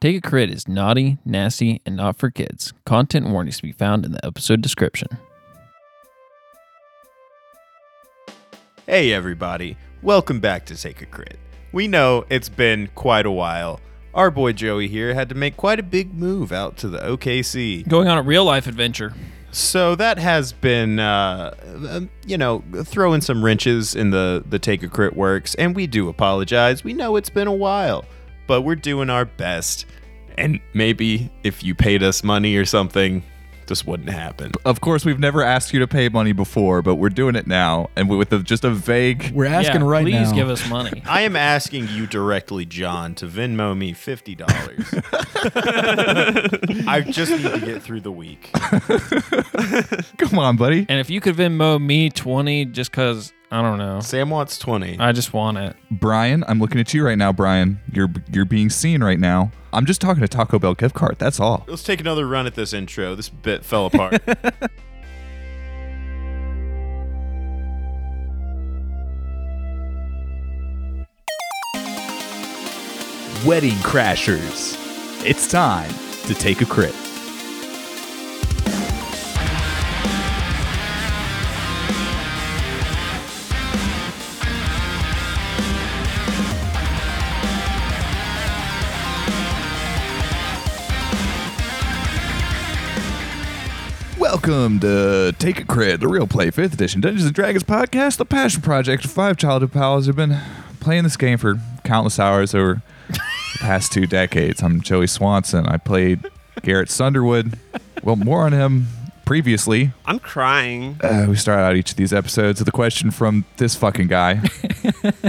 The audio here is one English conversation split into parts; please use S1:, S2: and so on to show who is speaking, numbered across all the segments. S1: Take a Crit is naughty, nasty, and not for kids. Content warnings to be found in the episode description.
S2: Hey, everybody. Welcome back to Take a Crit. We know it's been quite a while. Our boy Joey here had to make quite a big move out to the OKC.
S1: Going on a real life adventure.
S2: So that has been, uh, um, you know, throwing some wrenches in the, the Take a Crit works. And we do apologize. We know it's been a while, but we're doing our best. And maybe if you paid us money or something, this wouldn't happen.
S3: Of course, we've never asked you to pay money before, but we're doing it now, and with a, just a vague.
S4: We're asking
S1: yeah,
S4: right
S1: please
S4: now.
S1: give us money.
S2: I am asking you directly, John, to Venmo me fifty dollars. I just need to get through the week.
S3: Come on, buddy.
S1: and if you could Venmo me 20 just because, I don't know,
S2: Sam wants twenty.
S1: I just want it.
S3: Brian, I'm looking at you right now, Brian. You're you're being seen right now. I'm just talking to Taco Bell gift card. That's all.
S2: Let's take another run at this intro. This bit fell apart.
S3: Wedding crashers. It's time to take a crit. Welcome to Take a Crit, the real play, 5th edition Dungeons and Dragons podcast, the passion project of five childhood pals who've been playing this game for countless hours over the past two decades. I'm Joey Swanson. I played Garrett Sunderwood. Well, more on him previously.
S5: I'm crying.
S3: Uh, we start out each of these episodes with a question from this fucking guy.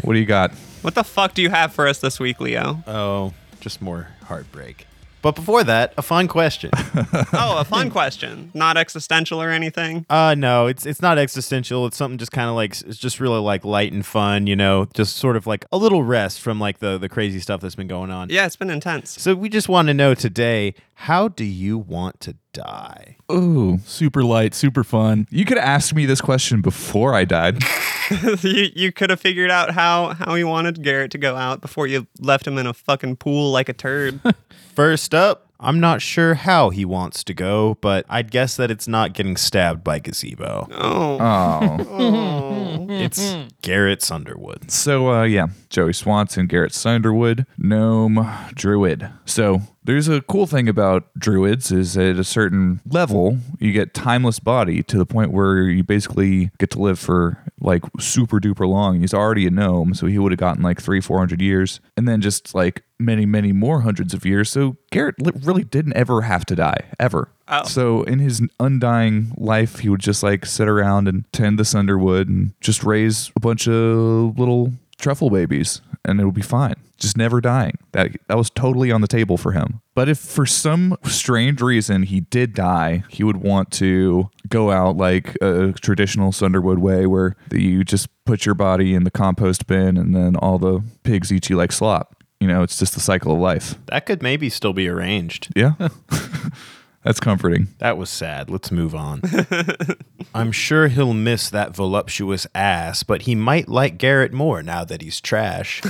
S3: what do you got?
S5: What the fuck do you have for us this week, Leo?
S2: oh, just more heartbreak. But before that, a fun question.
S5: oh, a fun question. Not existential or anything.
S2: Uh no, it's it's not existential. It's something just kind of like it's just really like light and fun, you know, just sort of like a little rest from like the the crazy stuff that's been going on.
S5: Yeah, it's been intense.
S2: So we just want to know today, how do you want to die?
S3: Ooh,
S4: super light, super fun.
S3: you could ask me this question before I died.
S5: you you could have figured out how how you wanted Garrett to go out before you left him in a fucking pool like a turd.
S2: First up, I'm not sure how he wants to go, but I'd guess that it's not getting stabbed by Gazebo.
S5: oh.
S3: Oh.
S2: It's Garrett Underwood.
S3: So uh, yeah, Joey Swanson, Garrett Sunderwood, gnome druid. So there's a cool thing about druids is at a certain level you get timeless body to the point where you basically get to live for like super duper long. He's already a gnome, so he would have gotten like three four hundred years, and then just like many many more hundreds of years. So Garrett li- really didn't ever have to die ever.
S5: Oh.
S3: So in his undying life, he would just like sit around and tend this underwood and just raise a bunch of little truffle babies, and it would be fine. Just never dying. That that was totally on the table for him. But if for some strange reason he did die, he would want to go out like a traditional Sunderwood way, where you just put your body in the compost bin, and then all the pigs eat you like slop. You know, it's just the cycle of life.
S2: That could maybe still be arranged.
S3: Yeah, that's comforting.
S2: That was sad. Let's move on. I'm sure he'll miss that voluptuous ass, but he might like Garrett more now that he's trash.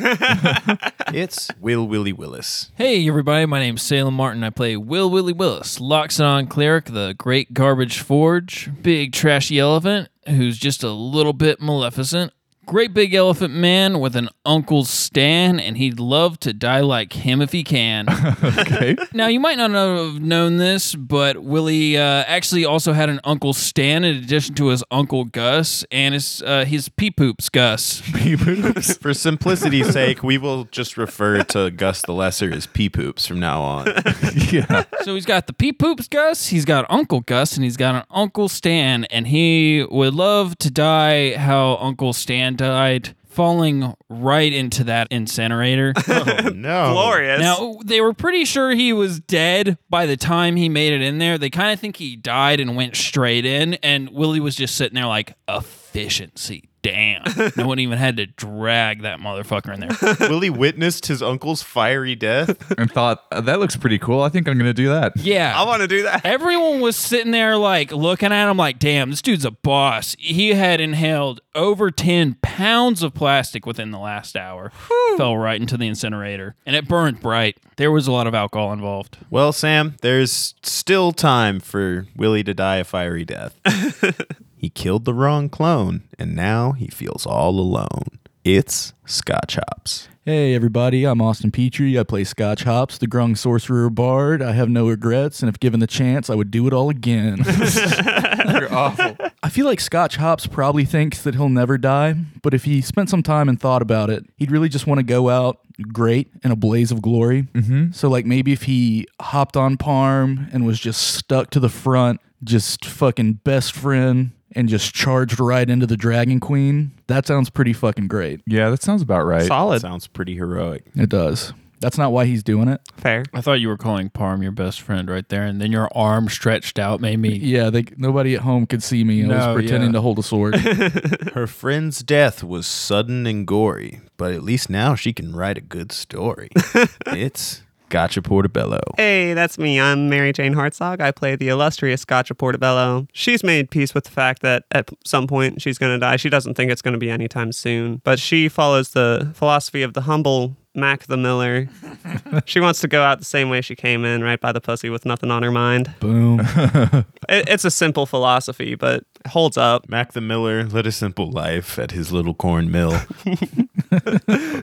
S2: it's Will Willie Willis.
S1: Hey everybody, my name's Salem Martin. I play Will Willie Willis, Loxodon Cleric, the Great Garbage Forge, Big Trashy Elephant, who's just a little bit maleficent, Great Big Elephant Man with an Uncle Stan, and he'd love to die like him if he can.
S3: Okay.
S1: Now, you might not have known this, but Willie uh, actually also had an Uncle Stan in addition to his Uncle Gus and his, uh, his pee poops Gus.
S2: For simplicity's sake, we will just refer to Gus the Lesser as pee poops from now on.
S3: yeah.
S1: so he's got the pee poops Gus, he's got Uncle Gus, and he's got an Uncle Stan, and he would love to die how Uncle Stan died, falling right into that incinerator.
S2: Oh, no.
S5: Glorious.
S1: Now, they were pretty sure he was dead by the time he made it in there. They kind of think he died and went straight in, and Willie was just sitting there like, a efficiency. Damn. No one even had to drag that motherfucker in there.
S2: Willie witnessed his uncle's fiery death.
S3: and thought "Uh, that looks pretty cool. I think I'm gonna do that.
S1: Yeah.
S5: I want to do that.
S1: Everyone was sitting there like looking at him like, damn, this dude's a boss. He had inhaled over 10 pounds of plastic within the last hour. Fell right into the incinerator and it burned bright. There was a lot of alcohol involved.
S2: Well, Sam, there's still time for Willie to die a fiery death. he killed the wrong clone, and now he feels all alone. It's Scotch Hops.
S4: Hey everybody, I'm Austin Petrie. I play Scotch Hops, the Grung Sorcerer Bard. I have no regrets, and if given the chance, I would do it all again.
S3: You're awful.
S4: I feel like Scotch Hops probably thinks that he'll never die, but if he spent some time and thought about it, he'd really just want to go out great in a blaze of glory. Mm-hmm. So, like, maybe if he hopped on Parm and was just stuck to the front, just fucking best friend, and just charged right into the Dragon Queen, that sounds pretty fucking great.
S3: Yeah, that sounds about right.
S2: Solid. Sounds pretty heroic.
S4: It does. That's not why he's doing it.
S5: Fair.
S1: I thought you were calling Parm your best friend right there, and then your arm stretched out made me.
S4: Yeah, they, nobody at home could see me. I
S1: No,
S4: was pretending
S1: yeah.
S4: to hold a sword.
S2: Her friend's death was sudden and gory, but at least now she can write a good story. it's Gotcha Portobello.
S5: Hey, that's me. I'm Mary Jane Hartzog. I play the illustrious Gotcha Portobello. She's made peace with the fact that at some point she's going to die. She doesn't think it's going to be anytime soon, but she follows the philosophy of the humble Mac the Miller. she wants to go out the same way she came in, right by the pussy with nothing on her mind.
S4: Boom.
S5: It, it's a simple philosophy, but it holds up.
S2: Mac the Miller led a simple life at his little corn mill.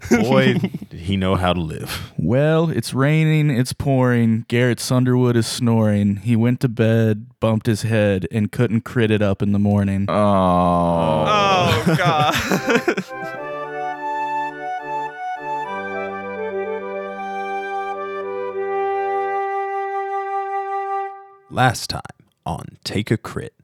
S2: Boy, did he know how to live.
S4: Well, it's raining, it's pouring. Garrett Sunderwood is snoring. He went to bed, bumped his head, and couldn't crit it up in the morning.
S3: Oh.
S5: Oh, God.
S2: Last time on Take a Crit.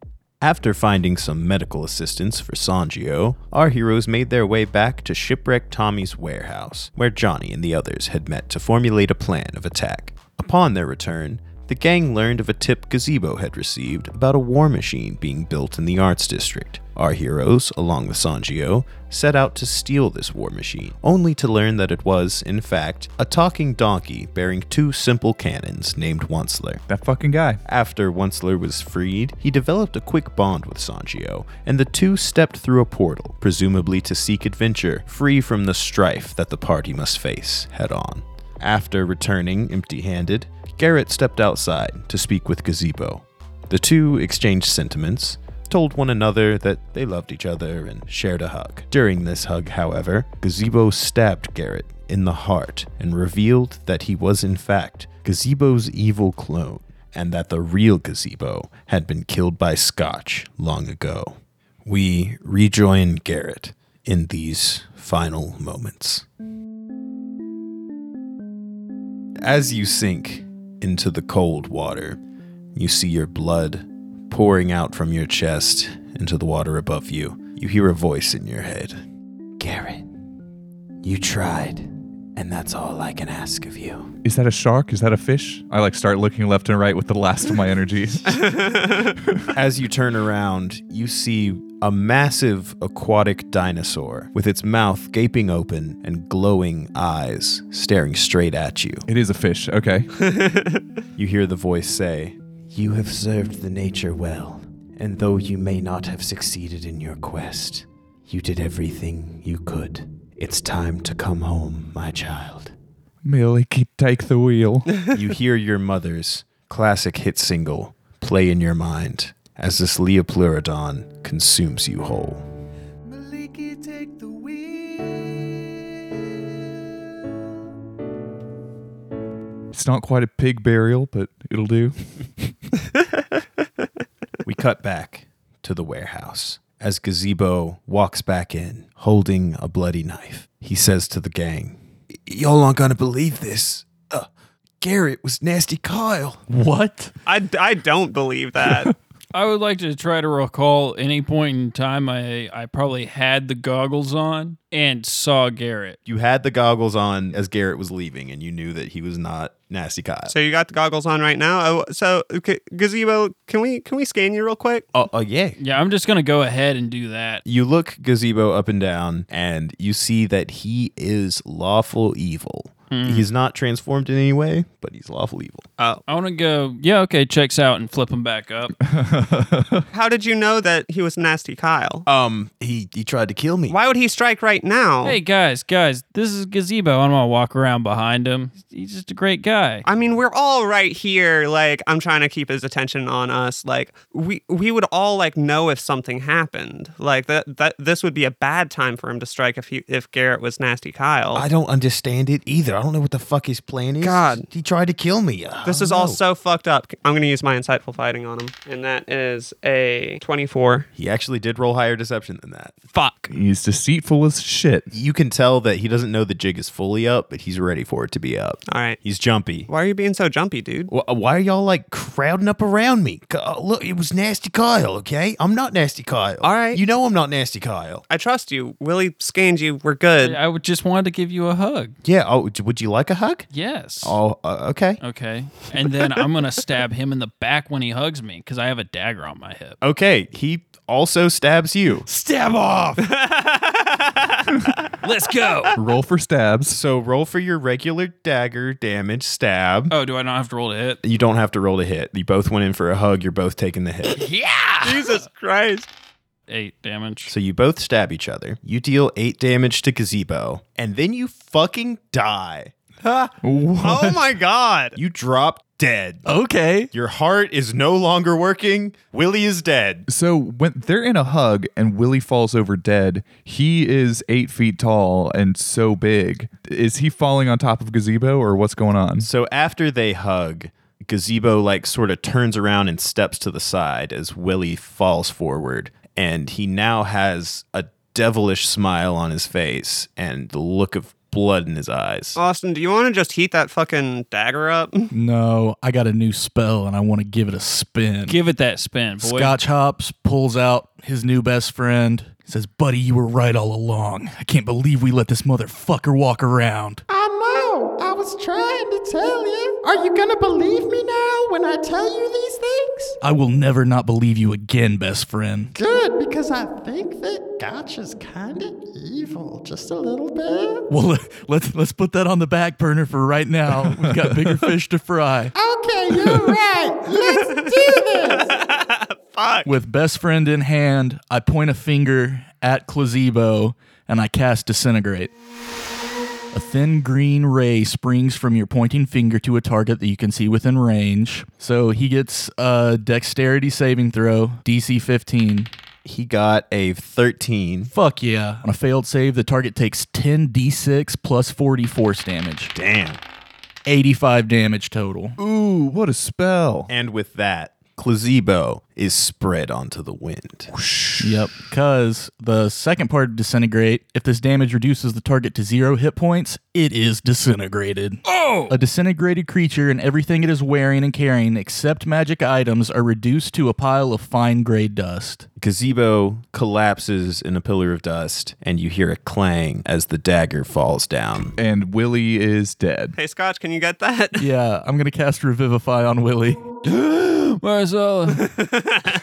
S2: After finding some medical assistance for Sanjio, our heroes made their way back to Shipwreck Tommy's warehouse, where Johnny and the others had met to formulate a plan of attack. Upon their return, the gang learned of a tip Gazebo had received about a war machine being built in the Arts District. Our heroes, along with Sanjio, set out to steal this war machine, only to learn that it was, in fact, a talking donkey bearing two simple cannons named Onceler.
S3: That fucking guy.
S2: After Onceler was freed, he developed a quick bond with Sanchio, and the two stepped through a portal, presumably to seek adventure, free from the strife that the party must face head on. After returning empty handed, Garrett stepped outside to speak with Gazebo. The two exchanged sentiments, told one another that they loved each other, and shared a hug. During this hug, however, Gazebo stabbed Garrett in the heart and revealed that he was, in fact, Gazebo's evil clone, and that the real Gazebo had been killed by Scotch long ago. We rejoin Garrett in these final moments. As you sink into the cold water, you see your blood pouring out from your chest into the water above you. You hear a voice in your head Garrett, you tried, and that's all I can ask of you.
S3: Is that a shark? Is that a fish? I like start looking left and right with the last of my energy.
S2: As you turn around, you see a massive aquatic dinosaur with its mouth gaping open and glowing eyes staring straight at you.
S3: it is a fish. Okay.
S2: You hear the voice say, You have served the nature well, and though you may not have succeeded in your quest, you did everything you could. It's time to come home, my child.
S3: Milky, take the wheel.
S2: you hear your mother's classic hit single play in your mind as this Leopleurodon consumes you whole.
S6: Maliki, take the wheel.
S3: It's not quite a pig burial, but it'll do.
S2: We cut back to the warehouse as Gazebo walks back in holding a bloody knife. He says to the gang, "Y- Y'all aren't gonna believe this. Uh, Garrett was nasty Kyle.
S4: What?
S5: I, I don't believe that.
S1: I would like to try to recall any point in time I I probably had the goggles on and saw Garrett.
S2: You had the goggles on as Garrett was leaving, and you knew that he was not Nasty Kyle.
S5: So you got the goggles on right now. Oh, so okay, gazebo, can we can we scan you real quick?
S2: Oh, oh yeah.
S1: Yeah, I'm just gonna go ahead and do that.
S2: You look gazebo up and down, and you see that he is lawful evil. He's not transformed in any way, but he's lawful evil.
S1: I want to go. Yeah, okay, checks out and flip him back up.
S5: How did you know that he was nasty Kyle?
S2: Um, he he tried to kill me.
S5: Why would he strike right now?
S1: hey guys, guys, this is Gazebo. I'm gonna walk around behind him. He's just a great guy.
S5: I mean, we're all right here. Like, I'm trying to keep his attention on us. Like, we we would all like know if something happened. Like that that this would be a bad time for him to strike if he if Garrett was nasty Kyle.
S2: I don't understand it either. I don't know what the fuck his plan is.
S5: God.
S2: he tried to kill me.
S5: this is all so fucked up. I'm gonna use my insightful fighting on him, and that is a 24.
S2: He actually did roll higher deception than that.
S5: Fuck.
S3: He's deceitful as shit.
S2: You can tell that he doesn't know the jig is fully up, but he's ready for it to be up.
S5: All right.
S2: He's jumpy.
S5: Why are you being so jumpy, dude?
S2: Wh- Why are y'all like crowding up around me? C- uh, Look, it was Nasty Kyle, okay? I'm not Nasty Kyle.
S5: All right.
S2: You know I'm not Nasty Kyle.
S5: I trust you. Willie scanned you. We're good.
S1: I would just wanted to give you a hug.
S2: Yeah. Oh, d- would you like a hug?
S1: Yes.
S2: Oh, uh, okay.
S1: Okay. And then I'm gonna stab him in the back when he hugs me because I have a dagger on my hip.
S2: Okay. He also stabs you. Stab off.
S1: Let's go.
S3: Roll for stabs.
S2: so roll for your regular dagger damage stab.
S1: Oh, do I not have to roll to hit?
S2: You don't have to roll to hit. You both went in for a hug. You're both taking the hit.
S5: Jesus Christ.
S1: Eight damage.
S2: So you both stab each other. You deal eight damage to Gazebo, and then you fucking die.
S5: Oh my God.
S2: You drop dead.
S4: Okay.
S2: Your heart is no longer working. Willie is dead.
S3: So when they're in a hug and Willie falls over dead, he is eight feet tall and so big. Is he falling on top of gazebo or what's going on?
S2: So after they hug, Gazebo like sort of turns around and steps to the side as Willie falls forward, and he now has a devilish smile on his face and the look of blood in his eyes.
S5: Austin, do you want to just heat that fucking dagger up?
S4: No, I got a new spell and I want to give it a spin.
S1: Give it that spin, boy.
S4: Scotch Hops pulls out his new best friend. Says, buddy, you were right all along. I can't believe we let this motherfucker walk around.
S7: I know. I was trying to tell you. Are you gonna believe me now when I tell you these things?
S4: I will never not believe you again, best friend.
S7: Good, because I think that Gotch is kinda evil, just a little bit.
S4: Well, let's let's put that on the back burner for right now. We've got bigger fish to fry.
S7: Okay, you're right. Let's do this.
S4: With best friend in hand, I point a finger at Clozebo and I cast disintegrate. A thin green ray springs from your pointing finger to a target that you can see within range. So he gets a dexterity saving throw, DC 15.
S2: He got a 13.
S4: Fuck yeah. On a failed save, the target takes 10 d6 plus 40 force damage.
S2: Damn.
S4: 85 damage total.
S3: Ooh, what a spell.
S2: And with that, Clozebo is spread onto the wind.
S4: Yep. Because the second part of disintegrate, if this damage reduces the target to zero hit points, it is disintegrated. Oh! A disintegrated creature and everything it is wearing and carrying, except magic items, are reduced to a pile of fine gray dust.
S2: Gazebo collapses in a pillar of dust, and you hear a clang as the dagger falls down.
S3: And Willie is dead.
S5: Hey, Scotch, can you get that?
S4: Yeah, I'm gonna cast Revivify on Willie.
S1: Marzella.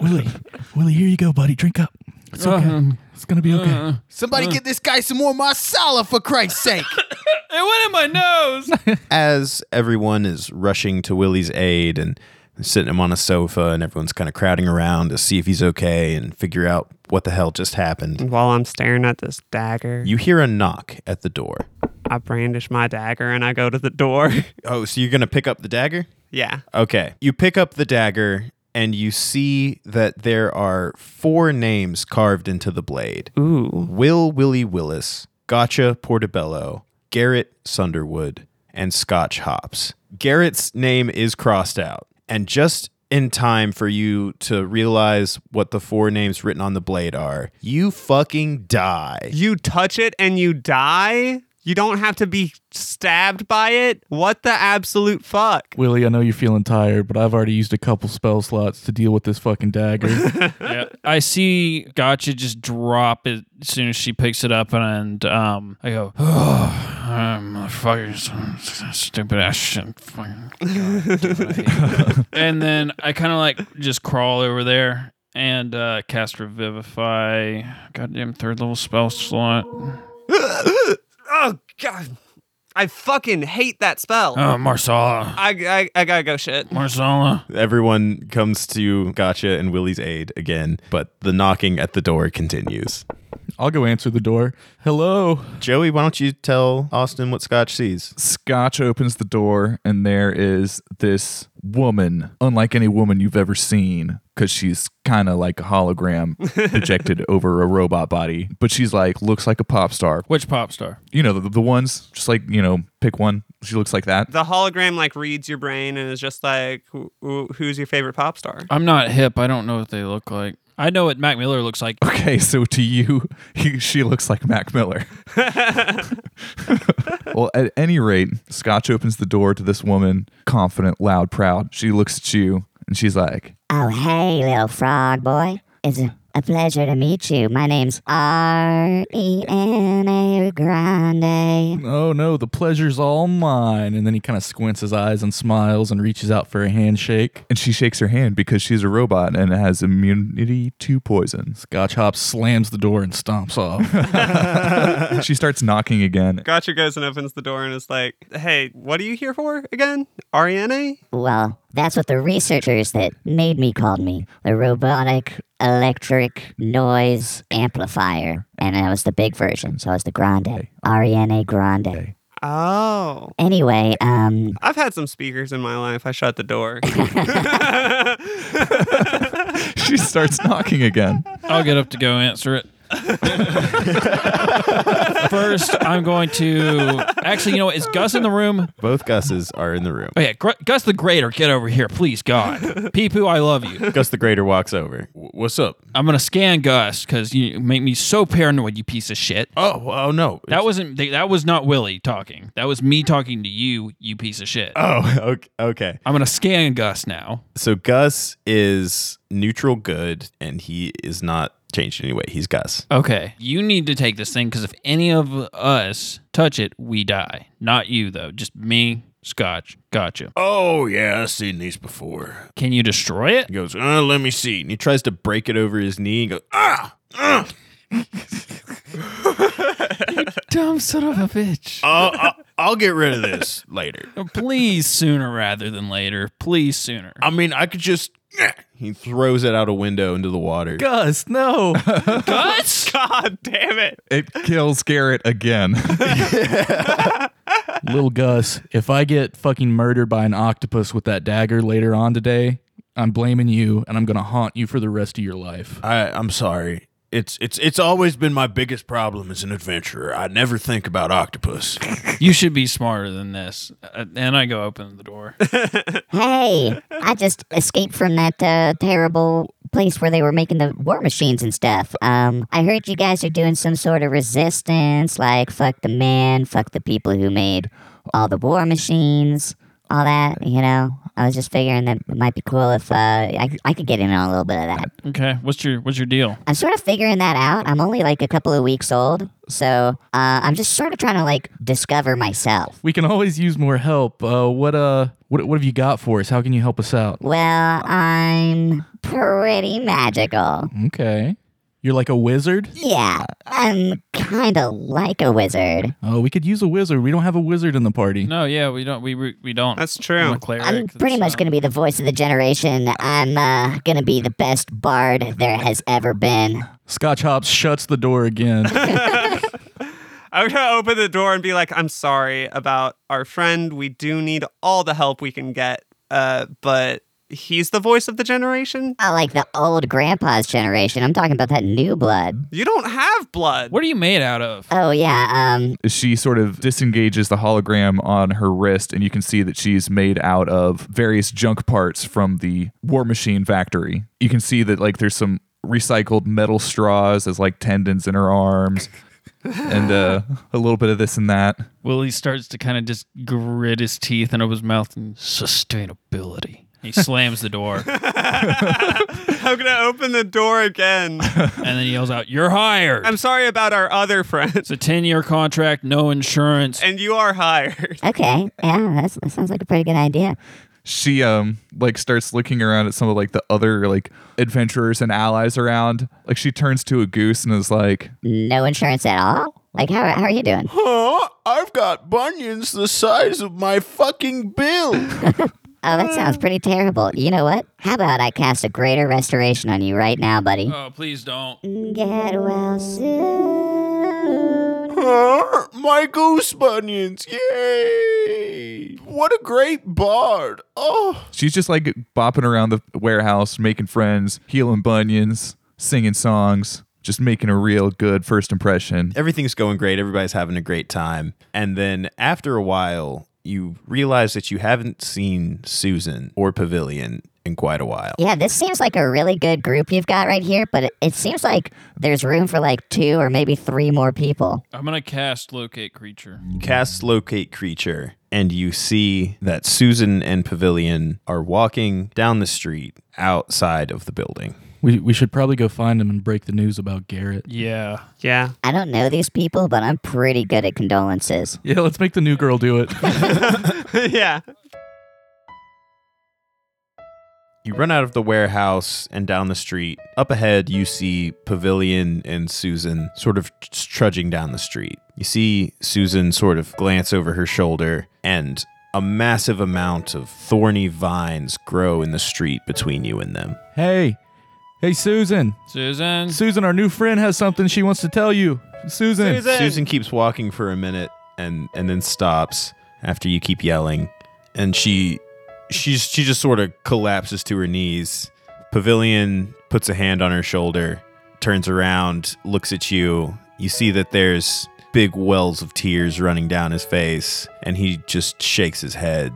S4: Willie, Willie, here you go, buddy. Drink up. It's okay. it's gonna be okay.
S7: Somebody get this guy some more masala for Christ's sake.
S1: it went in my nose.
S2: As everyone is rushing to Willie's aid and sitting him on a sofa, and everyone's kind of crowding around to see if he's okay and figure out what the hell just happened,
S5: While I'm staring at this dagger,
S2: you hear a knock at the door.
S5: I brandish my dagger and I go to the door.
S2: Oh, so you're going to pick up the dagger?
S5: yeah.
S2: Okay. You pick up the dagger and you see that there are four names carved into the blade.
S5: Ooh.
S2: Will Willie Willis, Gotcha Portobello, Garrett Sunderwood, and Scotch Hops. Garrett's name is crossed out. And just in time for you to realize what the four names written on the blade are, you fucking die.
S5: You touch it and you die? You don't have to be stabbed by it. What the absolute fuck?
S4: Willie, I know you're feeling tired, but I've already used a couple spell slots to deal with this fucking dagger.
S1: yeah. I see Gotcha just drop it as soon as she picks it up, and um, I go, oh, motherfuckers, stupid ass shit. Fucking God damn it, I hate you." and then I kind of like just crawl over there and uh, cast Revivify. Goddamn third level spell slot.
S5: Oh god, I fucking hate that spell.
S1: Oh, Marsala.
S5: I, I I gotta go shit.
S1: Marsala.
S2: Everyone comes to Gotcha and Willie's aid again, but the knocking at the door continues.
S4: I'll go answer the door.
S3: Oh.
S4: Hello.
S2: Joey, why don't you tell Austin what Scotch sees?
S3: Scotch opens the door, and there is this woman, unlike any woman you've ever seen, because she's kind of like a hologram projected over a robot body. But she's like, looks like a pop star.
S1: Which pop star?
S3: You know, the, the ones, just like, you know, pick one. She looks like that.
S5: The hologram like reads your brain and is just like, "Who- who- who's your favorite pop star?
S1: I'm not hip. I don't know what they look like. I know what Mac Miller looks like.
S3: Okay, so to you, you she looks like Mac Miller. well, at any rate, Scotch opens the door to this woman, confident, loud, proud. She looks at you and she's like,
S7: Oh, hey, little frog boy. It's a, a pleasure to meet you. My name's R E N A Grande.
S4: Oh no, the pleasure's all mine. And then he kind of squints his eyes and smiles and reaches out for a handshake.
S3: and she shakes her hand because she's a robot and has immunity to poisons.
S4: Scotch Hop slams the door and stomps off.
S3: she starts knocking again.
S5: Gotcha goes and opens the door and is like, hey, what are you here for again? Ariana?
S7: Well, that's what the researchers that made me called me the robotic electric noise amplifier. And I was the big version, so I was the Grande. R E N A Grande.
S5: Oh.
S7: Anyway, um,
S5: I've had some speakers in my life. I shut the door.
S3: She starts knocking again.
S1: I'll get up to go answer it. First, I'm going to actually. You know, what? is Gus in the room?
S2: Both Gus's are in the room.
S1: Oh yeah, Gr- Gus the Greater, get over here, please, God. Peepoo, I love you.
S2: Gus the Greater walks over. What's up?
S1: I'm gonna scan Gus because you make me so paranoid, you piece of shit.
S2: Oh, oh no.
S1: That wasn't. they- That was not Willie talking. That was me talking to you, you piece of shit.
S2: oh, okay. okay.
S1: I'm gonna scan Gus now.
S2: So Gus is neutral good and he is not changed anyway. He's Gus.
S1: Okay, you need to take this thing because if any of us touch it, we die. Not you though, just me. Scotch, gotcha.
S2: Oh, yeah, I've seen these before.
S1: Can you destroy it?
S2: He goes, uh, let me see. And he tries to break it over his knee and goes, ah, ah,
S1: Dumb son of a bitch.
S5: Uh,
S2: I'll, I'll- Uh, I'll get rid of this later.
S1: Please sooner rather than later. Please sooner.
S2: I mean, I could just. He throws it out a window into the water.
S4: Gus, no.
S1: Gus?
S5: God damn it.
S3: It kills Garrett again.
S4: Little Gus, if I get fucking murdered by an octopus with that dagger later on today, I'm blaming you and I'm going to haunt you for the rest of your life.
S2: I, I'm sorry. It's it's it's always been my biggest problem as an adventurer. I never think about octopus.
S1: You should be smarter than this. Uh, and I go open the door.
S7: hey, I just escaped from that uh, terrible place where they were making the war machines and stuff. Um, I heard you guys are doing some sort of resistance, like fuck the man, fuck the people who made all the war machines, all that. You know, I was just figuring that it might be cool if uh, I I could get in on a little bit of that.
S1: Okay. What's your What's your deal?
S7: I'm sort of figuring that out. I'm only like a couple of weeks old, so uh, I'm just sort of trying to like discover myself.
S4: We can always use more help. Uh, what uh what, what have you got for us? How can you help us out?
S7: Well, I'm pretty magical.
S4: Okay. You're like a wizard?
S7: Yeah, I'm kind of like a wizard.
S4: Oh, we could use a wizard. We don't have a wizard in the party.
S1: No, yeah, we don't. We we, we don't.
S5: That's true.
S1: I'm a cleric.
S7: I'm pretty much going to be the voice of the generation. I'm uh, going to be the best bard there has ever been.
S4: Scotch Hops shuts the door again.
S5: I'm going to open the door and be like, I'm sorry about our friend. We do need all the help we can get, uh, but he's the voice of the generation.
S7: I like the old grandpa's generation. I'm talking about that new blood.
S5: You don't have blood.
S1: What are you made out of?
S7: Oh, yeah, um,
S3: she sort of disengages the hologram on her wrist, and you can see that she's made out of various junk parts from the war machine factory. You can see that like there's some recycled metal straws as like tendons in her arms. and uh, a little bit of this and that.
S1: Willie starts to kind of just grit his teeth into his mouth and sustainability. He slams the door and
S5: I'm gonna open the door again.
S1: then yells out, "You're hired."
S5: I'm sorry about our other friends,
S1: it's a ten-year contract, no insurance.
S5: and you are hired.
S8: Okay, yeah, that's, that sounds like a pretty good idea.
S3: She um like starts looking around at some of like the other like adventurers and allies around. Like she turns to a goose and is like,
S8: No insurance at all. Like, how, how are you doing?
S2: Huh? I've got bunions the size of my fucking bill.
S8: Oh, that sounds pretty terrible. You know what? How about I cast a greater restoration on you right now, buddy?
S1: Oh, please don't.
S8: Get well soon.
S2: Huh? My goose bunions. Yay! What a great bard. Oh.
S3: She's just like bopping around the warehouse, making friends, healing bunions, singing songs, just making a real good first impression.
S2: Everything's going great. Everybody's having a great time. And then after a while, you realize that you haven't seen Susan or Pavilion in quite a while.
S8: Yeah, this seems like a really good group you've got right here, but it, it seems like there's room for like two or maybe three more people.
S1: I'm gonna cast locate creature.
S2: cast locate creature and you see that Susan and Pavilion are walking down the street outside of the building.
S4: We, we should probably go find him and break the news about Garrett.
S1: Yeah,
S5: Yeah.
S8: I don't know these people, but I'm pretty good at condolences.
S4: Yeah, let's make the new girl do it.
S5: yeah.
S2: You run out of the warehouse and down the street. Up ahead, you see Pavilion and Susan sort of tr- trudging down the street. You see Susan sort of glance over her shoulder, and a massive amount of thorny vines grow in the street between you and them.
S4: hey, hey, Susan.
S1: Susan.
S4: Susan, our new friend, has something she wants to tell you. Susan.
S2: Susan keeps walking for a minute and and then stops after you keep yelling, and she she's she just sort of collapses to her knees. Pavilion puts a hand on her shoulder, turns around, looks at you. You see that there's big wells of tears running down his face, and he just shakes his head.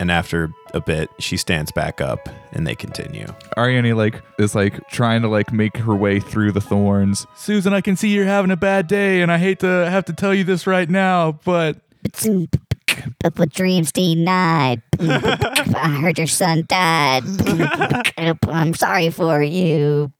S2: And after a bit, she stands back up, and they continue.
S3: Ariane like is like trying to like make her way through the thorns.
S4: Susan, I can see you're having a bad day, and I hate to have to tell you this right now, but
S8: Up with dreams denied. I heard your son died. I'm sorry for you.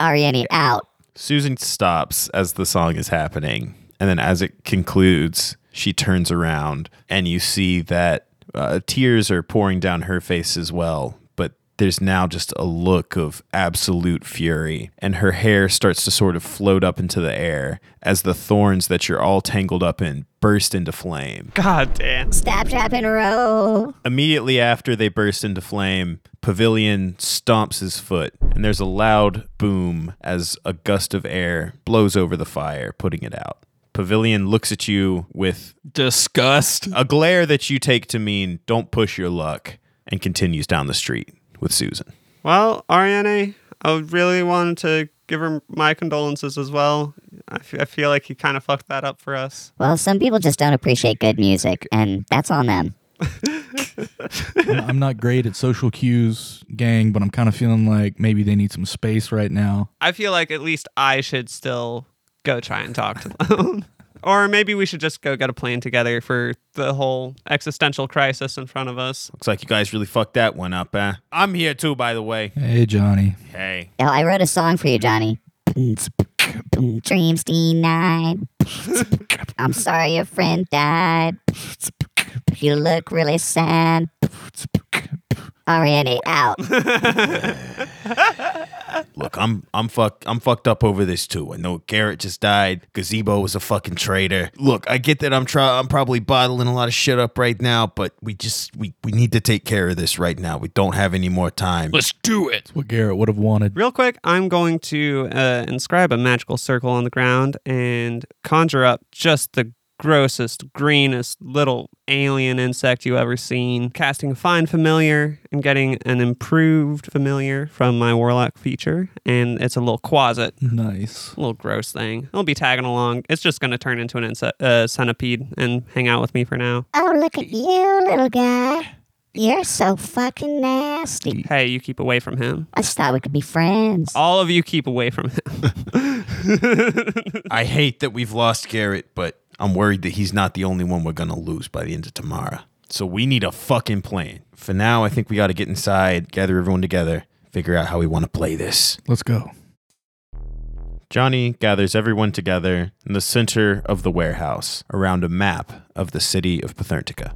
S8: Ariane out.
S2: Susan stops as the song is happening, and then as it concludes, she turns around and you see that uh, tears are pouring down her face as well. But there's now just a look of absolute fury, and her hair starts to sort of float up into the air as the thorns that you're all tangled up in burst into flame.
S5: God damn.
S8: Stab, trap, and roll.
S2: Immediately after they burst into flame, Pavilion stomps his foot, and there's a loud boom as a gust of air blows over the fire, putting it out. Pavilion looks at you with
S1: Disgust.
S2: a glare that you take to mean don't push your luck and continues down the street with Susan.
S5: Well, Ariane, I really wanted to give her my condolences as well. I f- I feel like he kind of fucked that up for us.
S8: Well, some people just don't appreciate good music, and that's on them.
S4: I'm- I'm not great at social cues, gang, but I'm kind of feeling like maybe they need some space right now.
S5: I feel like at least I should still go try and talk to them. or maybe we should just go get a plane together for the whole existential crisis in front of us.
S2: Looks like you guys really fucked that one up, eh? I'm here too, by the way.
S4: Hey, Johnny.
S2: Hey.
S8: Oh, I wrote a song for you, Johnny. Dreams denied. I'm sorry your friend died. You look really sad. Ariane out.
S2: Look, I'm I'm fuck I'm fucked up over this too. I know Garrett just died. Gazebo was a fucking traitor. Look, I get that I'm try I'm probably bottling a lot of shit up right now, but we just we we need to take care of this right now. We don't have any more time.
S1: Let's do it.
S4: What Garrett would have wanted.
S5: Real quick, I'm going to uh, inscribe a magical circle on the ground and conjure up just the grossest, greenest little alien insect you ever seen, casting Find Familiar and getting an improved Familiar from my Warlock feature. And it's a little quasit,
S4: Nice.
S5: a little gross thing. It'll be tagging along. It's just going to turn into an insect, uh, centipede and hang out with me for now.
S8: Oh, look at you, little guy. You're so fucking nasty.
S5: Hey, you keep away from him. Oh.
S8: I just thought we could be friends.
S5: All of you keep away from him.
S2: I hate that we've lost Garrett, but I'm worried that he's not the only one we're going to lose by the end of tomorrow. So we need a fucking plan. For now, I think we got to get inside, gather everyone together, figure out how we want to play this.
S4: Let's go.
S2: Johnny gathers everyone together in the center of the warehouse around a map of the city of Pathernica.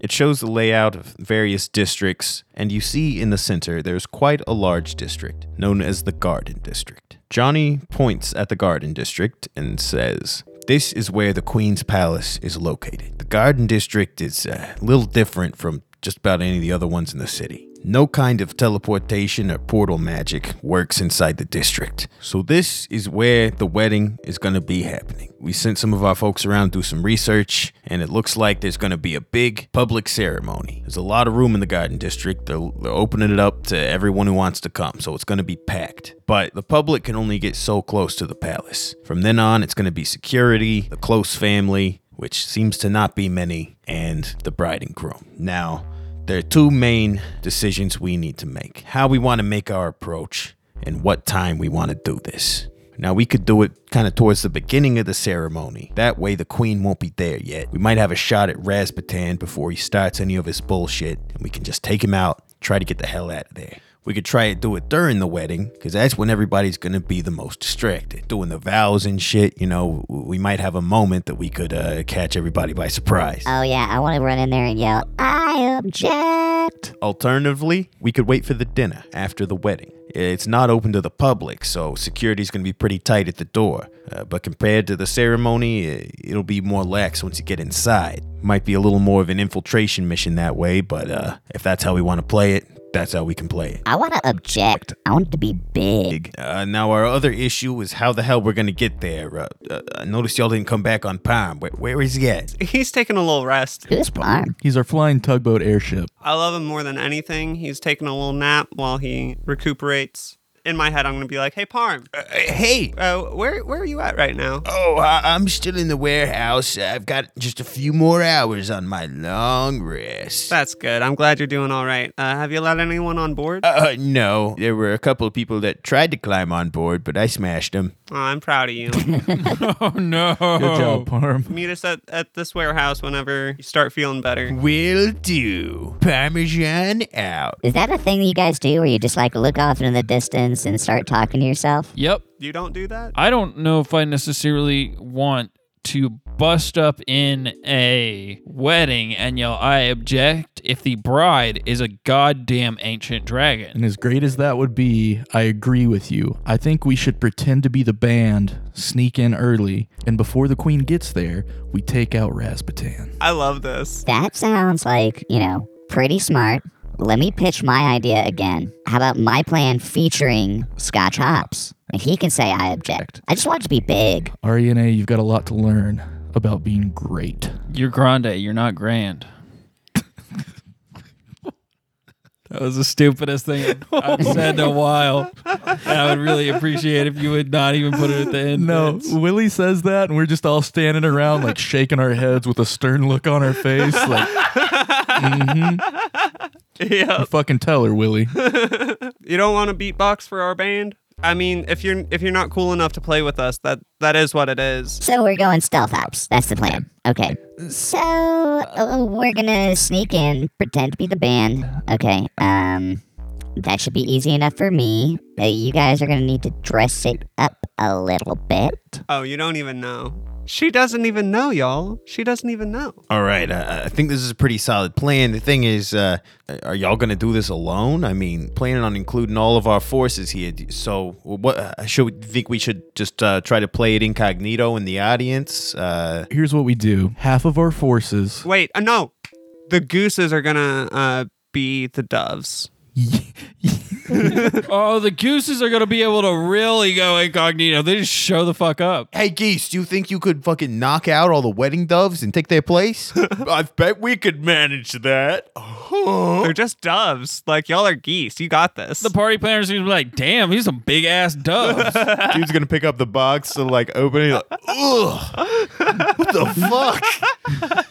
S2: It shows the layout of various districts, and you see in the center there's quite a large district known as the Garden District. Johnny points at the Garden District and says, This is where the Queen's Palace is located. The Garden District is uh, a little different from just about any of the other ones in the city. No kind of teleportation or portal magic works inside the district. So, this is where the wedding is going to be happening. We sent some of our folks around to do some research, and it looks like there's going to be a big public ceremony. There's a lot of room in the garden district. They're, they're opening it up to everyone who wants to come, so it's going to be packed. But the public can only get so close to the palace. From then on, it's going to be security, the close family, which seems to not be many, and the bride and groom. Now, there are two main decisions we need to make how we want to make our approach and what time we want to do this. Now, we could do it kind of towards the beginning of the ceremony. That way, the queen won't be there yet. We might have a shot at Rasputin before he starts any of his bullshit, and we can just take him out, try to get the hell out of there. We could try to do it during the wedding, because that's when everybody's going to be the most distracted. Doing the vows and shit, you know, we might have a moment that we could uh, catch everybody by surprise.
S8: Oh, yeah, I want to run in there and yell, I object.
S2: Alternatively, we could wait for the dinner after the wedding. It's not open to the public, so security's going to be pretty tight at the door. Uh, but compared to the ceremony, i- it'll be more lax once you get inside. Might be a little more of an infiltration mission that way, but uh, if that's how we want to play it, that's how we can play it.
S8: I want to object. I want it to be big.
S2: Uh, now, our other issue is how the hell we're going to get there. Uh, uh, I noticed y'all didn't come back on time. Where, where is he at?
S5: He's taking a little rest.
S8: Who's Blarm?
S4: He's our flying tugboat airship.
S5: I love him more than anything. He's taking a little nap while he recuperates. In my head, I'm going to be like, hey, Parm,
S2: Uh, hey,
S5: uh, where, where are you at right now?
S2: Oh, I- I'm still in the warehouse. I've got just a few more hours on my long rest.
S5: That's good. I'm glad you're doing all right. Uh, have you let anyone on board?
S2: Uh, no. There were a couple of people that tried to climb on board, but I smashed them.
S5: Oh, I'm proud of you.
S1: Oh no!
S4: Good job, Parm.
S5: Meet us at, at this warehouse whenever you start feeling better.
S2: Will do. Parmesan out.
S8: Is that a thing that you guys do where you just like look off into the distance and start talking to yourself?
S1: Yep.
S5: You don't do that?
S1: I don't know if I necessarily want to bust up in a wedding and yell, I object, if the bride is a goddamn ancient dragon.
S4: And as great as that would be, I agree with you. I think we should pretend to be the band, sneak in early, and before the queen gets there, we take out Rasputin.
S5: I love this.
S8: That sounds like, you know, pretty smart. Let me pitch my idea again. How about my plan featuring Scotch Hops? And he can say, I object. I just want it to be big.
S4: RENA, you've got E a lot to learn about being great.
S1: You're grande, you're not grand. that was the stupidest thing I've said in a while. And I would really appreciate if you would not even put it at the end.
S4: No, Willie says that, and we're just all standing around, like shaking our heads with a stern look on our face. Like,
S5: yeah.
S4: you fucking tell her, Willie.
S5: You don't want to beatbox for our band? I mean, if you're if you're not cool enough to play with us, that that is what it is.
S8: So we're going stealth hops. That's the plan. Okay. So uh, we're gonna sneak in, pretend to be the band. Okay. Um, that should be easy enough for me. Uh, you guys are gonna need to dress it up a little bit.
S5: Oh, you don't even know. She doesn't even know, y'all. She doesn't even know.
S2: All right, uh, I think this is a pretty solid plan. The thing is, uh, are y'all gonna do this alone? I mean, planning on including all of our forces here. So, what uh, should we think? We should just uh, try to play it incognito in the audience. Uh,
S4: Here's what we do half of our forces.
S5: Wait, uh, no. The gooses are gonna uh, be the doves.
S1: Oh, the gooses are going to be able to really go incognito. They just show the fuck up.
S2: Hey geese, do you think you could fucking knock out all the wedding doves and take their place? I bet we could manage that. Oh.
S5: They're just doves. Like y'all are geese. You got this.
S1: The party planners are going to be like, damn, these are big ass doves.
S2: Dude's gonna pick up the box to like open it. Like, Ugh, what the fuck?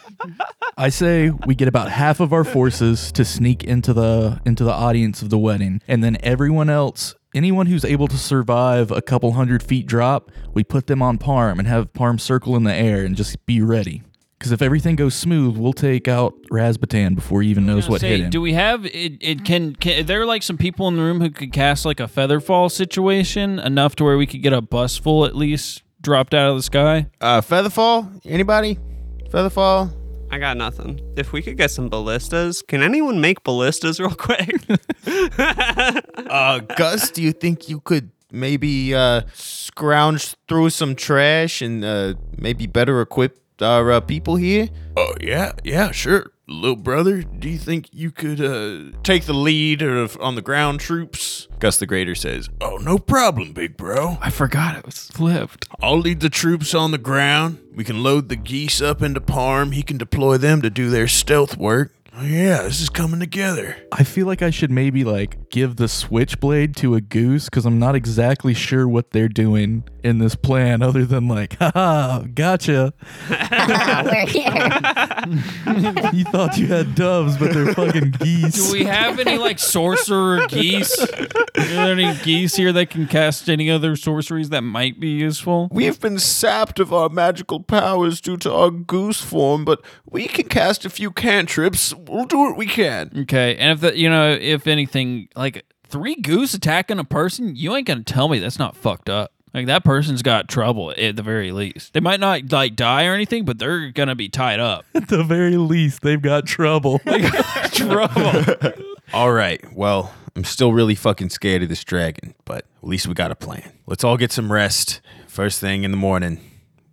S4: I say we get about half of our forces to sneak into the into the audience of the wedding, and then everyone else anyone who's able to survive a couple hundred feet drop, we put them on Parm and have Parm circle in the air and just be ready. Because if everything goes smooth, we'll take out Razbatan before he even knows what
S1: Say,
S4: hit him.
S1: do we have it? it can, can there are like some people in the room who could cast like a feather fall situation enough to where we could get a bus full at least dropped out of the sky?
S2: Uh, Featherfall? Anybody? Featherfall?
S5: I got nothing. If we could get some ballistas, can anyone make ballistas real quick?
S2: Uh, Gus, do you think you could maybe uh, scrounge through some trash and uh, maybe better equip our uh, people here? Oh, yeah, yeah, sure. Little brother, do you think you could uh, take the lead of, on the ground troops? Gus the Greater says, Oh, no problem, big bro.
S1: I forgot it was flipped.
S2: I'll lead the troops on the ground. We can load the geese up into Parm. He can deploy them to do their stealth work. Oh, yeah, this is coming together.
S4: I feel like I should maybe like give the switchblade to a goose because I'm not exactly sure what they're doing in this plan other than like, haha, gotcha.
S8: We're here.
S4: You thought you had doves, but they're fucking
S1: Do
S4: geese.
S1: we have any like sorcerer geese? Are there any geese here that can cast any other sorceries that might be useful?
S2: We've been sapped of our magical powers due to our goose form, but we can cast a few cantrips. We'll do what we can.
S1: Okay, and if the you know if anything like three goose attacking a person, you ain't gonna tell me that's not fucked up. Like that person's got trouble at the very least. They might not like die or anything, but they're gonna be tied up.
S4: At the very least, they've got trouble.
S1: trouble.
S2: All right. Well, I'm still really fucking scared of this dragon, but at least we got a plan. Let's all get some rest. First thing in the morning,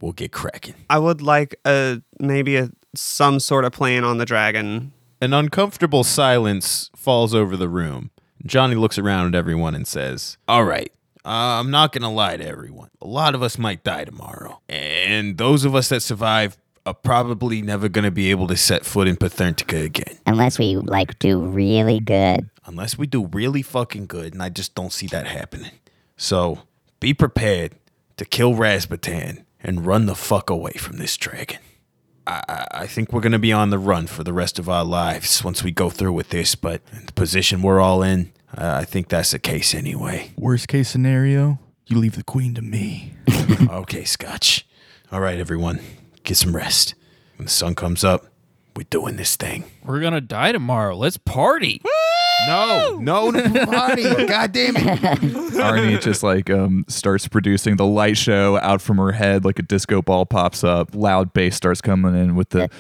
S2: we'll get cracking.
S5: I would like a maybe a some sort of plan on the dragon.
S2: An uncomfortable silence falls over the room. Johnny looks around at everyone and says, All right, uh, I'm not going to lie to everyone. A lot of us might die tomorrow. And those of us that survive are probably never going to be able to set foot in Patherntica again.
S8: Unless we like do really good.
S2: Unless we do really fucking good, and I just don't see that happening. So be prepared to kill Rasputin and run the fuck away from this dragon. I, I, I think we're gonna be on the run for the rest of our lives once we go through with this, but in the position we're all in, uh, I think that's the case anyway.
S4: Worst case scenario, you leave the queen to me.
S2: okay, Scotch. All right, everyone, get some rest. When the sun comes up, we're doing this thing.
S1: We're gonna die tomorrow. Let's party.
S2: No, no, to party. God damn it.
S3: Arnie just like um, starts producing the light show out from her head, like a disco ball pops up. Loud bass starts coming in with the.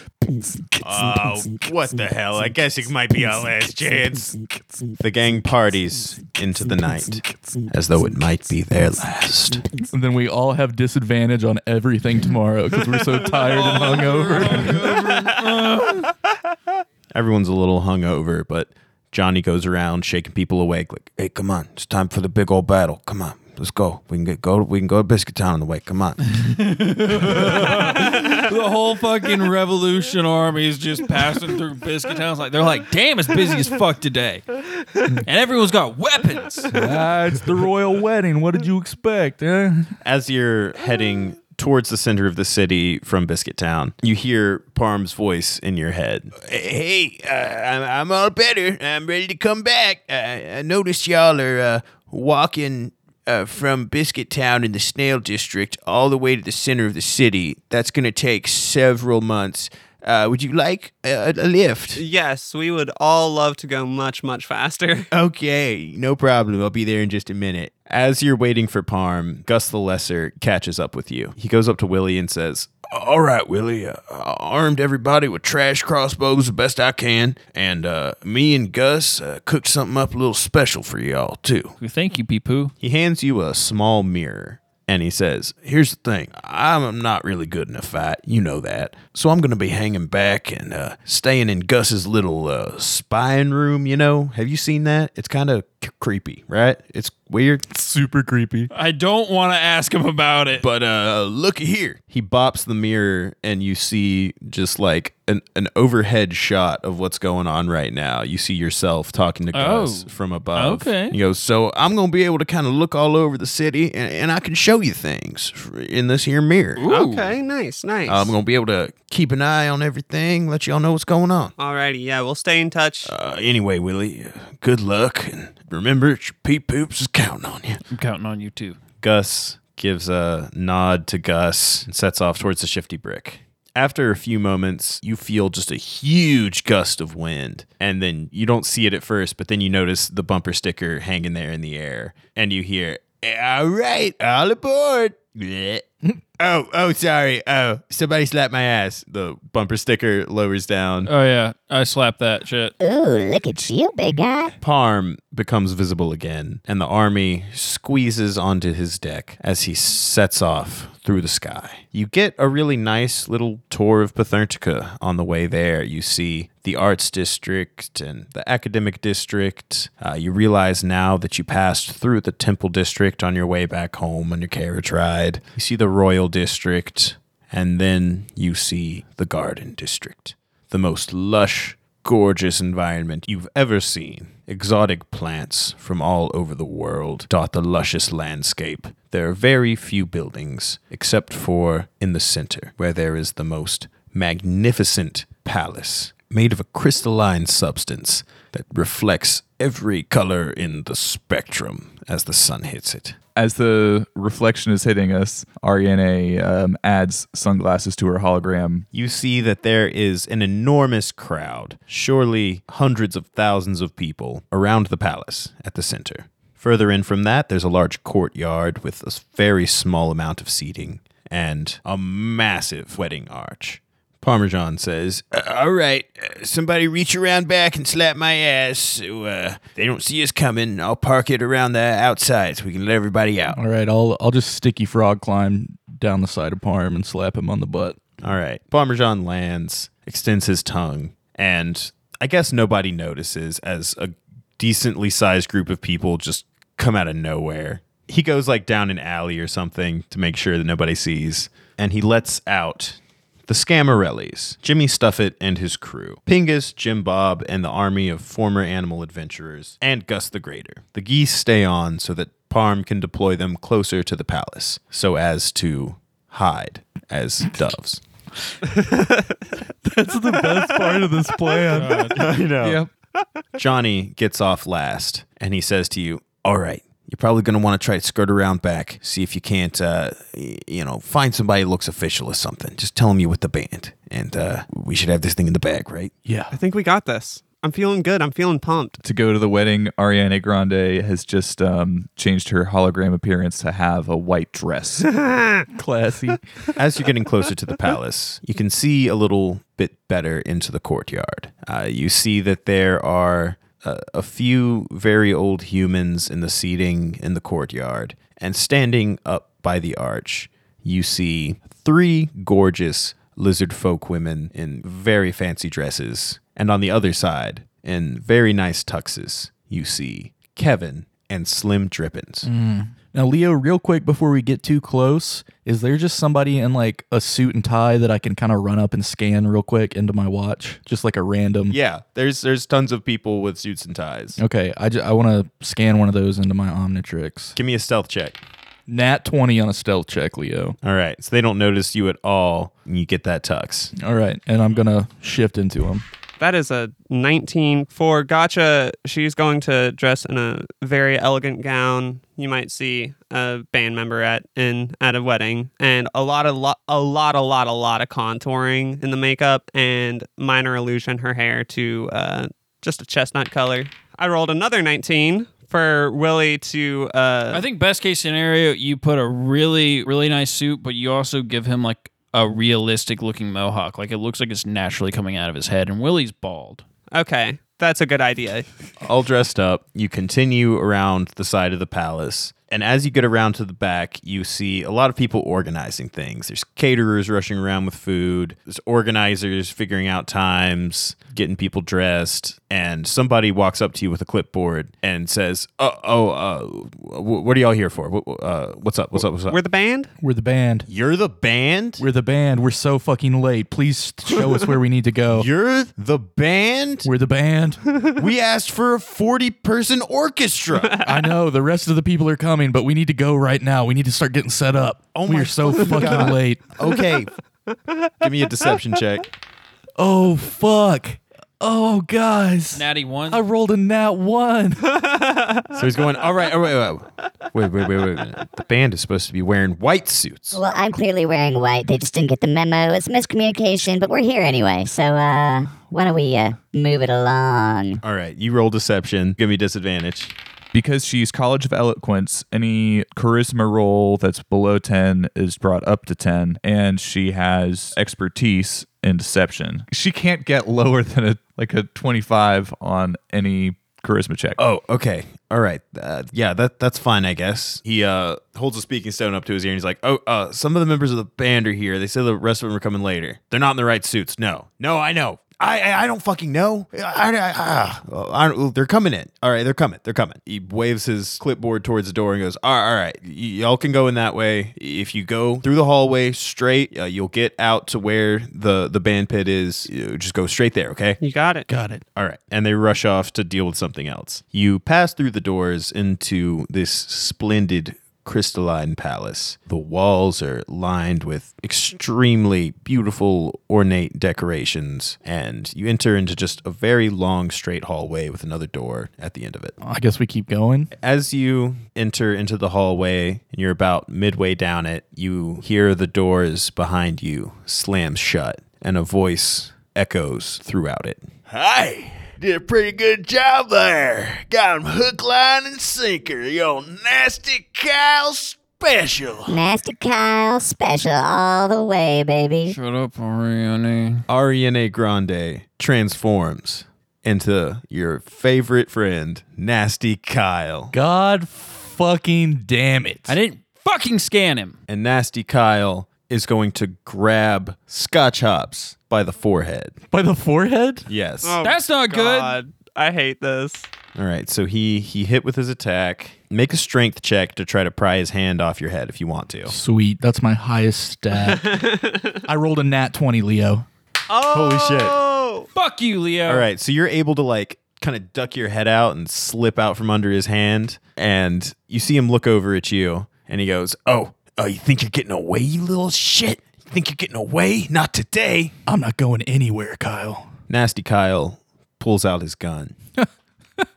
S2: Oh, what the hell? I guess it might be our last chance. The gang parties into the night as though it might be their last.
S4: And then we all have disadvantage on everything tomorrow because we're so tired and hungover.
S2: Everyone's a little hungover, but Johnny goes around shaking people awake like, "Hey, come on. It's time for the big old battle. Come on. Let's go. We can get go we can go to Biscuit Town on the way. Come on."
S1: the whole fucking revolution army is just passing through Biscuit Town. It's Like they're like, damn, it's busy as fuck today, and everyone's got weapons.
S4: ah, it's the royal wedding. What did you expect? Eh?
S2: as you're heading towards the center of the city from Biscuit Town, you hear Parm's voice in your head. Hey, uh, I'm, I'm all better. I'm ready to come back. Uh, I noticed y'all are uh, walking uh, from Biscuit Town in the Snail District all the way to the center of the city. That's going to take several months. Uh, would you like a, a lift?
S5: Yes, we would all love to go much much faster.
S2: Okay, no problem. I'll be there in just a minute. As you're waiting for Parm, Gus the Lesser catches up with you. He goes up to Willie and says, All right, Willie, uh, I armed everybody with trash crossbows the best I can, and uh, me and Gus uh, cooked something up a little special for y'all, too.
S1: Thank you, Pee Poo.
S2: He hands you a small mirror and he says, Here's the thing. I'm not really good in a fight. You know that. So I'm going to be hanging back and uh, staying in Gus's little uh, spying room, you know? Have you seen that? It's kind of c- creepy, right? It's weird.
S4: Super creepy.
S1: I don't want to ask him about it.
S2: But uh, look here. He bops the mirror, and you see just like an, an overhead shot of what's going on right now. You see yourself talking to
S1: Oh.
S2: Gus from above.
S1: Okay.
S2: You know, so I'm going to be able to kind of look all over the city, and, and I can show you things in this here mirror.
S5: Okay, nice, nice.
S2: I'm going to be able to keep an eye on everything, let y'all know what's going on.
S5: Alrighty, yeah, we'll stay in touch.
S2: Uh, anyway, Willie, uh, good luck, and Remember, it's your pee poops is counting on you.
S1: I'm counting on you too.
S2: Gus gives a nod to Gus and sets off towards the shifty brick. After a few moments, you feel just a huge gust of wind, and then you don't see it at first, but then you notice the bumper sticker hanging there in the air, and you hear, All right, all aboard. Blech. oh, oh, sorry. Oh, somebody slapped my ass. The bumper sticker lowers down.
S1: Oh yeah, I slapped that shit.
S8: Ooh, look at you, big guy.
S2: Parm becomes visible again, and the army squeezes onto his deck as he sets off through the sky. You get a really nice little tour of Pathertica on the way there. You see the arts district and the academic district. Uh, you realize now that you passed through the temple district on your way back home on your carriage ride. You see the royal district, and then you see the garden district the most lush, gorgeous environment you've ever seen. Exotic plants from all over the world dot the luscious landscape. There are very few buildings, except for in the center, where there is the most magnificent palace made of a crystalline substance that reflects every color in the spectrum as the sun hits it.
S3: As the reflection is hitting us, Ariane um, adds sunglasses to her hologram.
S2: you see that there is an enormous crowd, surely hundreds of thousands of people, around the palace at the center. Further in from that, there's a large courtyard with a s- very small amount of seating and a massive wedding arch. Parmesan says, "Uh, All right, uh, somebody reach around back and slap my ass so uh, they don't see us coming. I'll park it around the outside so we can let everybody out.
S4: All right, I'll I'll just sticky frog climb down the side of Parm and slap him on the butt.
S2: All right. Parmesan lands, extends his tongue, and I guess nobody notices as a decently sized group of people just come out of nowhere. He goes like down an alley or something to make sure that nobody sees, and he lets out the Scamarellis, Jimmy Stuffit and his crew, Pingus, Jim Bob, and the army of former animal adventurers, and Gus the Greater. The geese stay on so that Parm can deploy them closer to the palace so as to hide as doves.
S4: That's the best part of this plan.
S3: Yep.
S2: Johnny gets off last and he says to you, All right, you're probably going to want to try to skirt around back, see if you can't, uh, y- you know, find somebody that looks official or something. Just tell them you with the band and uh, we should have this thing in the bag, right?
S4: Yeah.
S5: I think we got this. I'm feeling good. I'm feeling pumped.
S3: To go to the wedding, Ariana Grande has just um, changed her hologram appearance to have a white dress.
S4: Classy.
S2: As you're getting closer to the palace, you can see a little bit better into the courtyard. Uh, you see that there are uh, a few very old humans in the seating in the courtyard, and standing up by the arch, you see three gorgeous lizard folk women in very fancy dresses. And on the other side, in very nice tuxes, you see Kevin and Slim Drippins.
S4: Now, Leo, real quick before we get too close, is there just somebody in like a suit and tie that I can kind of run up and scan real quick into my watch? Just like a random.
S2: Yeah, there's there's tons of people with suits and ties.
S4: Okay, I, ju- I want to scan one of those into my Omnitrix.
S2: Give me a stealth check.
S4: Nat 20 on a stealth check, Leo.
S2: All right. So they don't notice you at all. And you get that tux.
S4: All right, and I'm going to shift into him.
S5: That is a 19 for Gotcha. She's going to dress in a very elegant gown. You might see a band member at in at a wedding, and a lot of lo- a lot a lot a lot of contouring in the makeup and minor illusion her hair to uh, just a chestnut color. I rolled another 19 for Willie to. Uh,
S1: I think best case scenario, you put a really really nice suit, but you also give him like a realistic looking mohawk. Like it looks like it's naturally coming out of his head, and Willie's bald.
S5: okay, that's a good idea.
S2: All dressed up, you continue around the side of the palace. And as you get around to the back, you see a lot of people organizing things. There's caterers rushing around with food, there's organizers figuring out times, getting people dressed. And somebody walks up to you with a clipboard and says, Oh, oh uh, wh- what are y'all here for? Wh- Uh, what's up? What's up? What's up?
S5: We're the band.
S4: We're the band.
S2: You're the band?
S4: We're the band. We're so fucking late. Please show us where we need to go.
S2: You're the band?
S4: We're the band.
S2: We asked for a 40 person orchestra.
S4: I know the rest of the people are coming, but we need to go right now. We need to start getting set up.
S2: Oh
S4: we
S2: my
S4: are so fucking late.
S2: okay. Give me a deception check.
S4: Oh fuck. Oh, guys.
S1: Natty one.
S4: I rolled a nat one.
S2: So he's going, all right, all right, all right. Wait, wait, wait, wait. wait. The band is supposed to be wearing white suits.
S8: Well, I'm clearly wearing white. They just didn't get the memo. It's miscommunication, but we're here anyway. So, uh, why don't we uh, move it along?
S2: All right, you roll deception. Give me disadvantage.
S3: Because she's College of Eloquence, any charisma roll that's below 10 is brought up to 10, and she has expertise in deception. She can't get lower than a like a 25 on any charisma check.
S2: Oh, okay. All right. Uh, yeah, that that's fine, I guess. He uh, holds a speaking stone up to his ear and he's like, "Oh, uh, some of the members of the band are here. They said the rest of them are coming later. They're not in the right suits. No, no, I know. I I, I don't fucking know. I, I, I, ah. Well, I don't- they're coming in. All right, they're coming. They're coming." He waves his clipboard towards the door and goes, "All right, all right. Y- y'all can go in that way. If you go through the hallway straight, uh, you'll get out to where the the band pit is. You just go straight there, okay?"
S5: You got it.
S4: Got it.
S2: All right. And they rush off to deal with something else. You pass through the doors into this splendid crystalline palace. The walls are lined with extremely beautiful, ornate decorations. And you enter into just a very long, straight hallway with another door at the end of it.
S4: I guess we keep going.
S2: As you enter into the hallway and you're about midway down it, you hear the doors behind you slam shut and a voice echoes throughout it. Hi! Did a pretty good job there. Got him hook, line, and sinker. Yo, nasty Kyle special.
S8: Nasty Kyle special all the way, baby.
S1: Shut up, Ariane.
S2: Ariana E Grande transforms into your favorite friend, Nasty Kyle.
S4: God fucking damn it.
S1: I didn't fucking scan him.
S2: and Nasty Kyle is going to grab Scotch Hops by the forehead.
S4: By the forehead?
S2: Yes.
S1: That's not good.
S5: good. Oh, I hate this.
S2: All right. So he he hit with his attack. Make a strength check to try to pry his hand off your head if you want to.
S4: Sweet. That's my highest stat. I rolled a nat 20, Leo.
S2: Holy shit.
S5: Oh,
S1: Fuck you, Leo.
S2: All right. So you're able to like kind of duck your head out and slip out from under his hand and you see him look over at you and he goes, "Oh, oh, you think you're getting away, you little shit? You think you're getting away? Not today."
S4: I'm not going anywhere, Kyle.
S2: Nasty Kyle pulls out his gun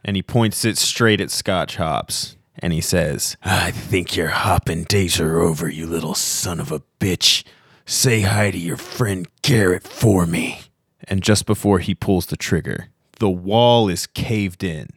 S2: and he points it straight at Scotch Hops and he says, I think your hopping days are over, you little son of a bitch. Say hi to your friend Garrett for me. And just before he pulls the trigger, the wall is caved in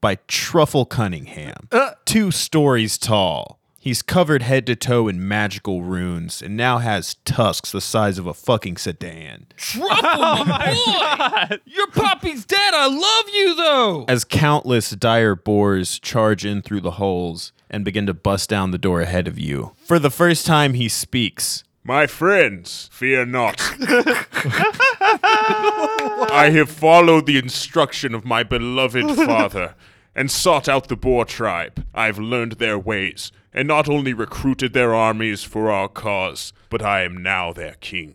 S2: by Truffle Cunningham, two stories tall. He's covered head to toe in magical runes and now has tusks the size of a fucking sedan.
S1: Truffle, my boy. Your puppy's dead. I love you though.
S2: as countless dire boars charge in through the holes and begin to bust down the door ahead of you. For the first time, he speaks.
S9: My friends, fear not. I have followed the instruction of my beloved father and sought out the Boar tribe. I've learned their ways and not only recruited their armies for our cause, but I am now their king.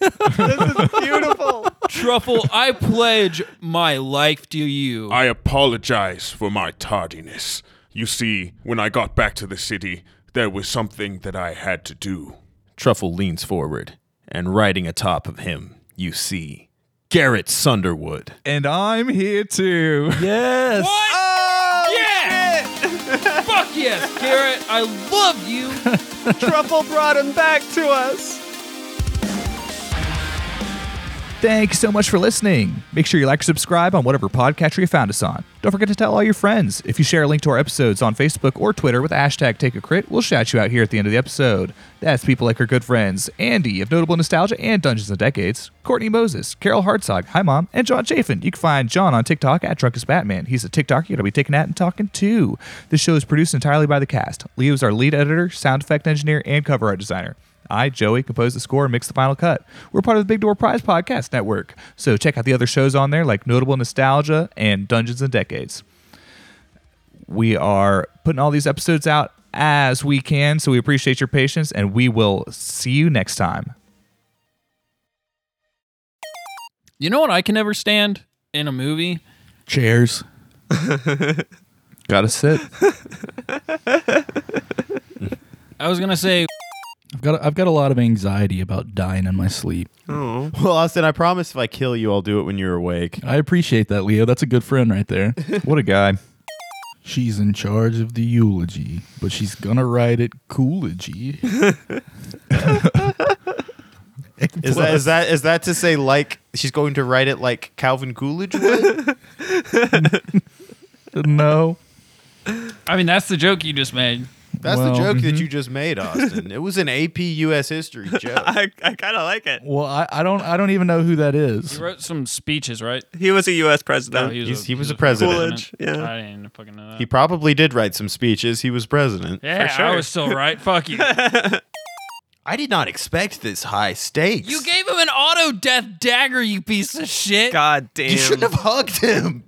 S5: beautiful.
S1: Truffle, I pledge my life to you.
S9: I apologize for my tardiness. You see, when I got back to the city, there was something that I had to do.
S2: Truffle leans forward, and riding atop of him, you see Garrett Sunderwood.
S3: And I'm here too.
S4: Yes.
S1: what? yes. Fuck yes, Garrett. I love you.
S5: Truffle brought him back to us.
S3: Thank you so much for listening. Make sure you like or subscribe on whatever podcatcher you found us on. Don't forget to tell all your friends. If you share a link to our episodes on Facebook or Twitter with hashtag take a crit, we'll shout you out here at the end of the episode. That's people like our good friends Andy of Notable Nostalgia and Dungeons and Decades, Courtney Moses, Carol Hartzog, Hi Mom, and John Chafin. You can find John on TikTok at Drunkest Batman. He's a TikToker you gotta be taking at and talking to. This show is produced entirely by the cast. Leo is our lead editor, sound effect engineer, and cover art designer. I, Joey, composed the score and mixed the final cut. We're part of the Big Door Prize Podcast Network, so check out the other shows on there like Notable Nostalgia and Dungeons and Decades. We are putting all these episodes out as we can, so we appreciate your patience, and we will see you next time.
S1: You know what I can never stand in a movie?
S4: Chairs.
S3: Gotta sit.
S1: I was gonna say
S4: Got, I've got a lot of anxiety about dying in my sleep.
S5: Oh,
S2: Well, Austin, I promise if I kill you, I'll do it when you're awake.
S4: I appreciate that, Leo. That's a good friend right there.
S3: What a guy.
S4: she's in charge of the eulogy, but she's gonna write it coology.
S2: Is that, is that is that to say like she's going to write it like Calvin Coolidge would?
S4: no.
S1: I mean, that's the joke you just made.
S2: That's
S4: Well,
S2: the joke that you just made, Austin. It was an AP US history joke.
S5: I, I kind of like it.
S4: Well, I, I don't I don't even know who that is.
S1: You wrote some speeches, right?
S5: He was a U.S. president.
S2: He's- he was a president.
S5: Coolidge, yeah.
S1: I didn't even fucking know that.
S2: He probably did write some speeches. He was president.
S1: yeah,
S5: for sure.
S1: I was still right. Fuck you.
S2: I did not expect this high stakes.
S1: You gave him an auto death dagger, you piece of shit.
S5: God damn.
S2: You shouldn't have hugged him.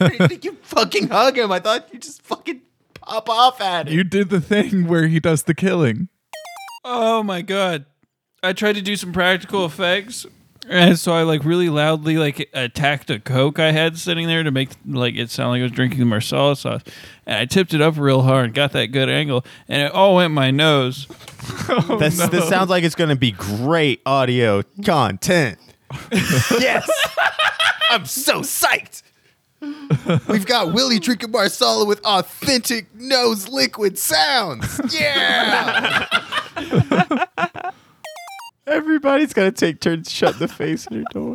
S2: I didn't think you fucking hug him. I thought you just fucking pop off at him.
S3: You did the thing where he does the killing.
S1: Oh my god. I tried to do some practical effects. And so I like really loudly like attacked a Coke I had sitting there to make like it sound like I was drinking Marsala sauce. And I tipped it up real hard and got that good angle and it all went my nose. Oh,
S2: That's, This sounds like it's going to be great audio content. yes. I'm so psyched. We've got Willie drinking Marsala with authentic nose liquid sounds. Yeah. Everybody's got to take turns shut the face in your door.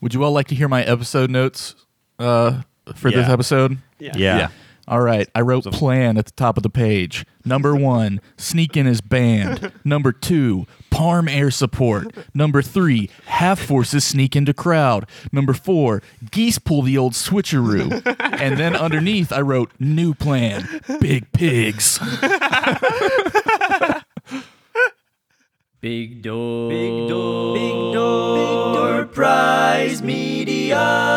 S4: Would you all like to hear my episode notes uh, for this
S2: Yeah.
S4: episode?
S2: yeah.
S4: All right, I wrote plan at the top of the page. Number one, sneak in his band. Number two, Parm air support. Number three, half forces sneak into crowd. Number four, geese pull the old switcheroo. And then underneath, I wrote new plan, big pigs.
S10: Big door. Big door. Big door. Big door prize media.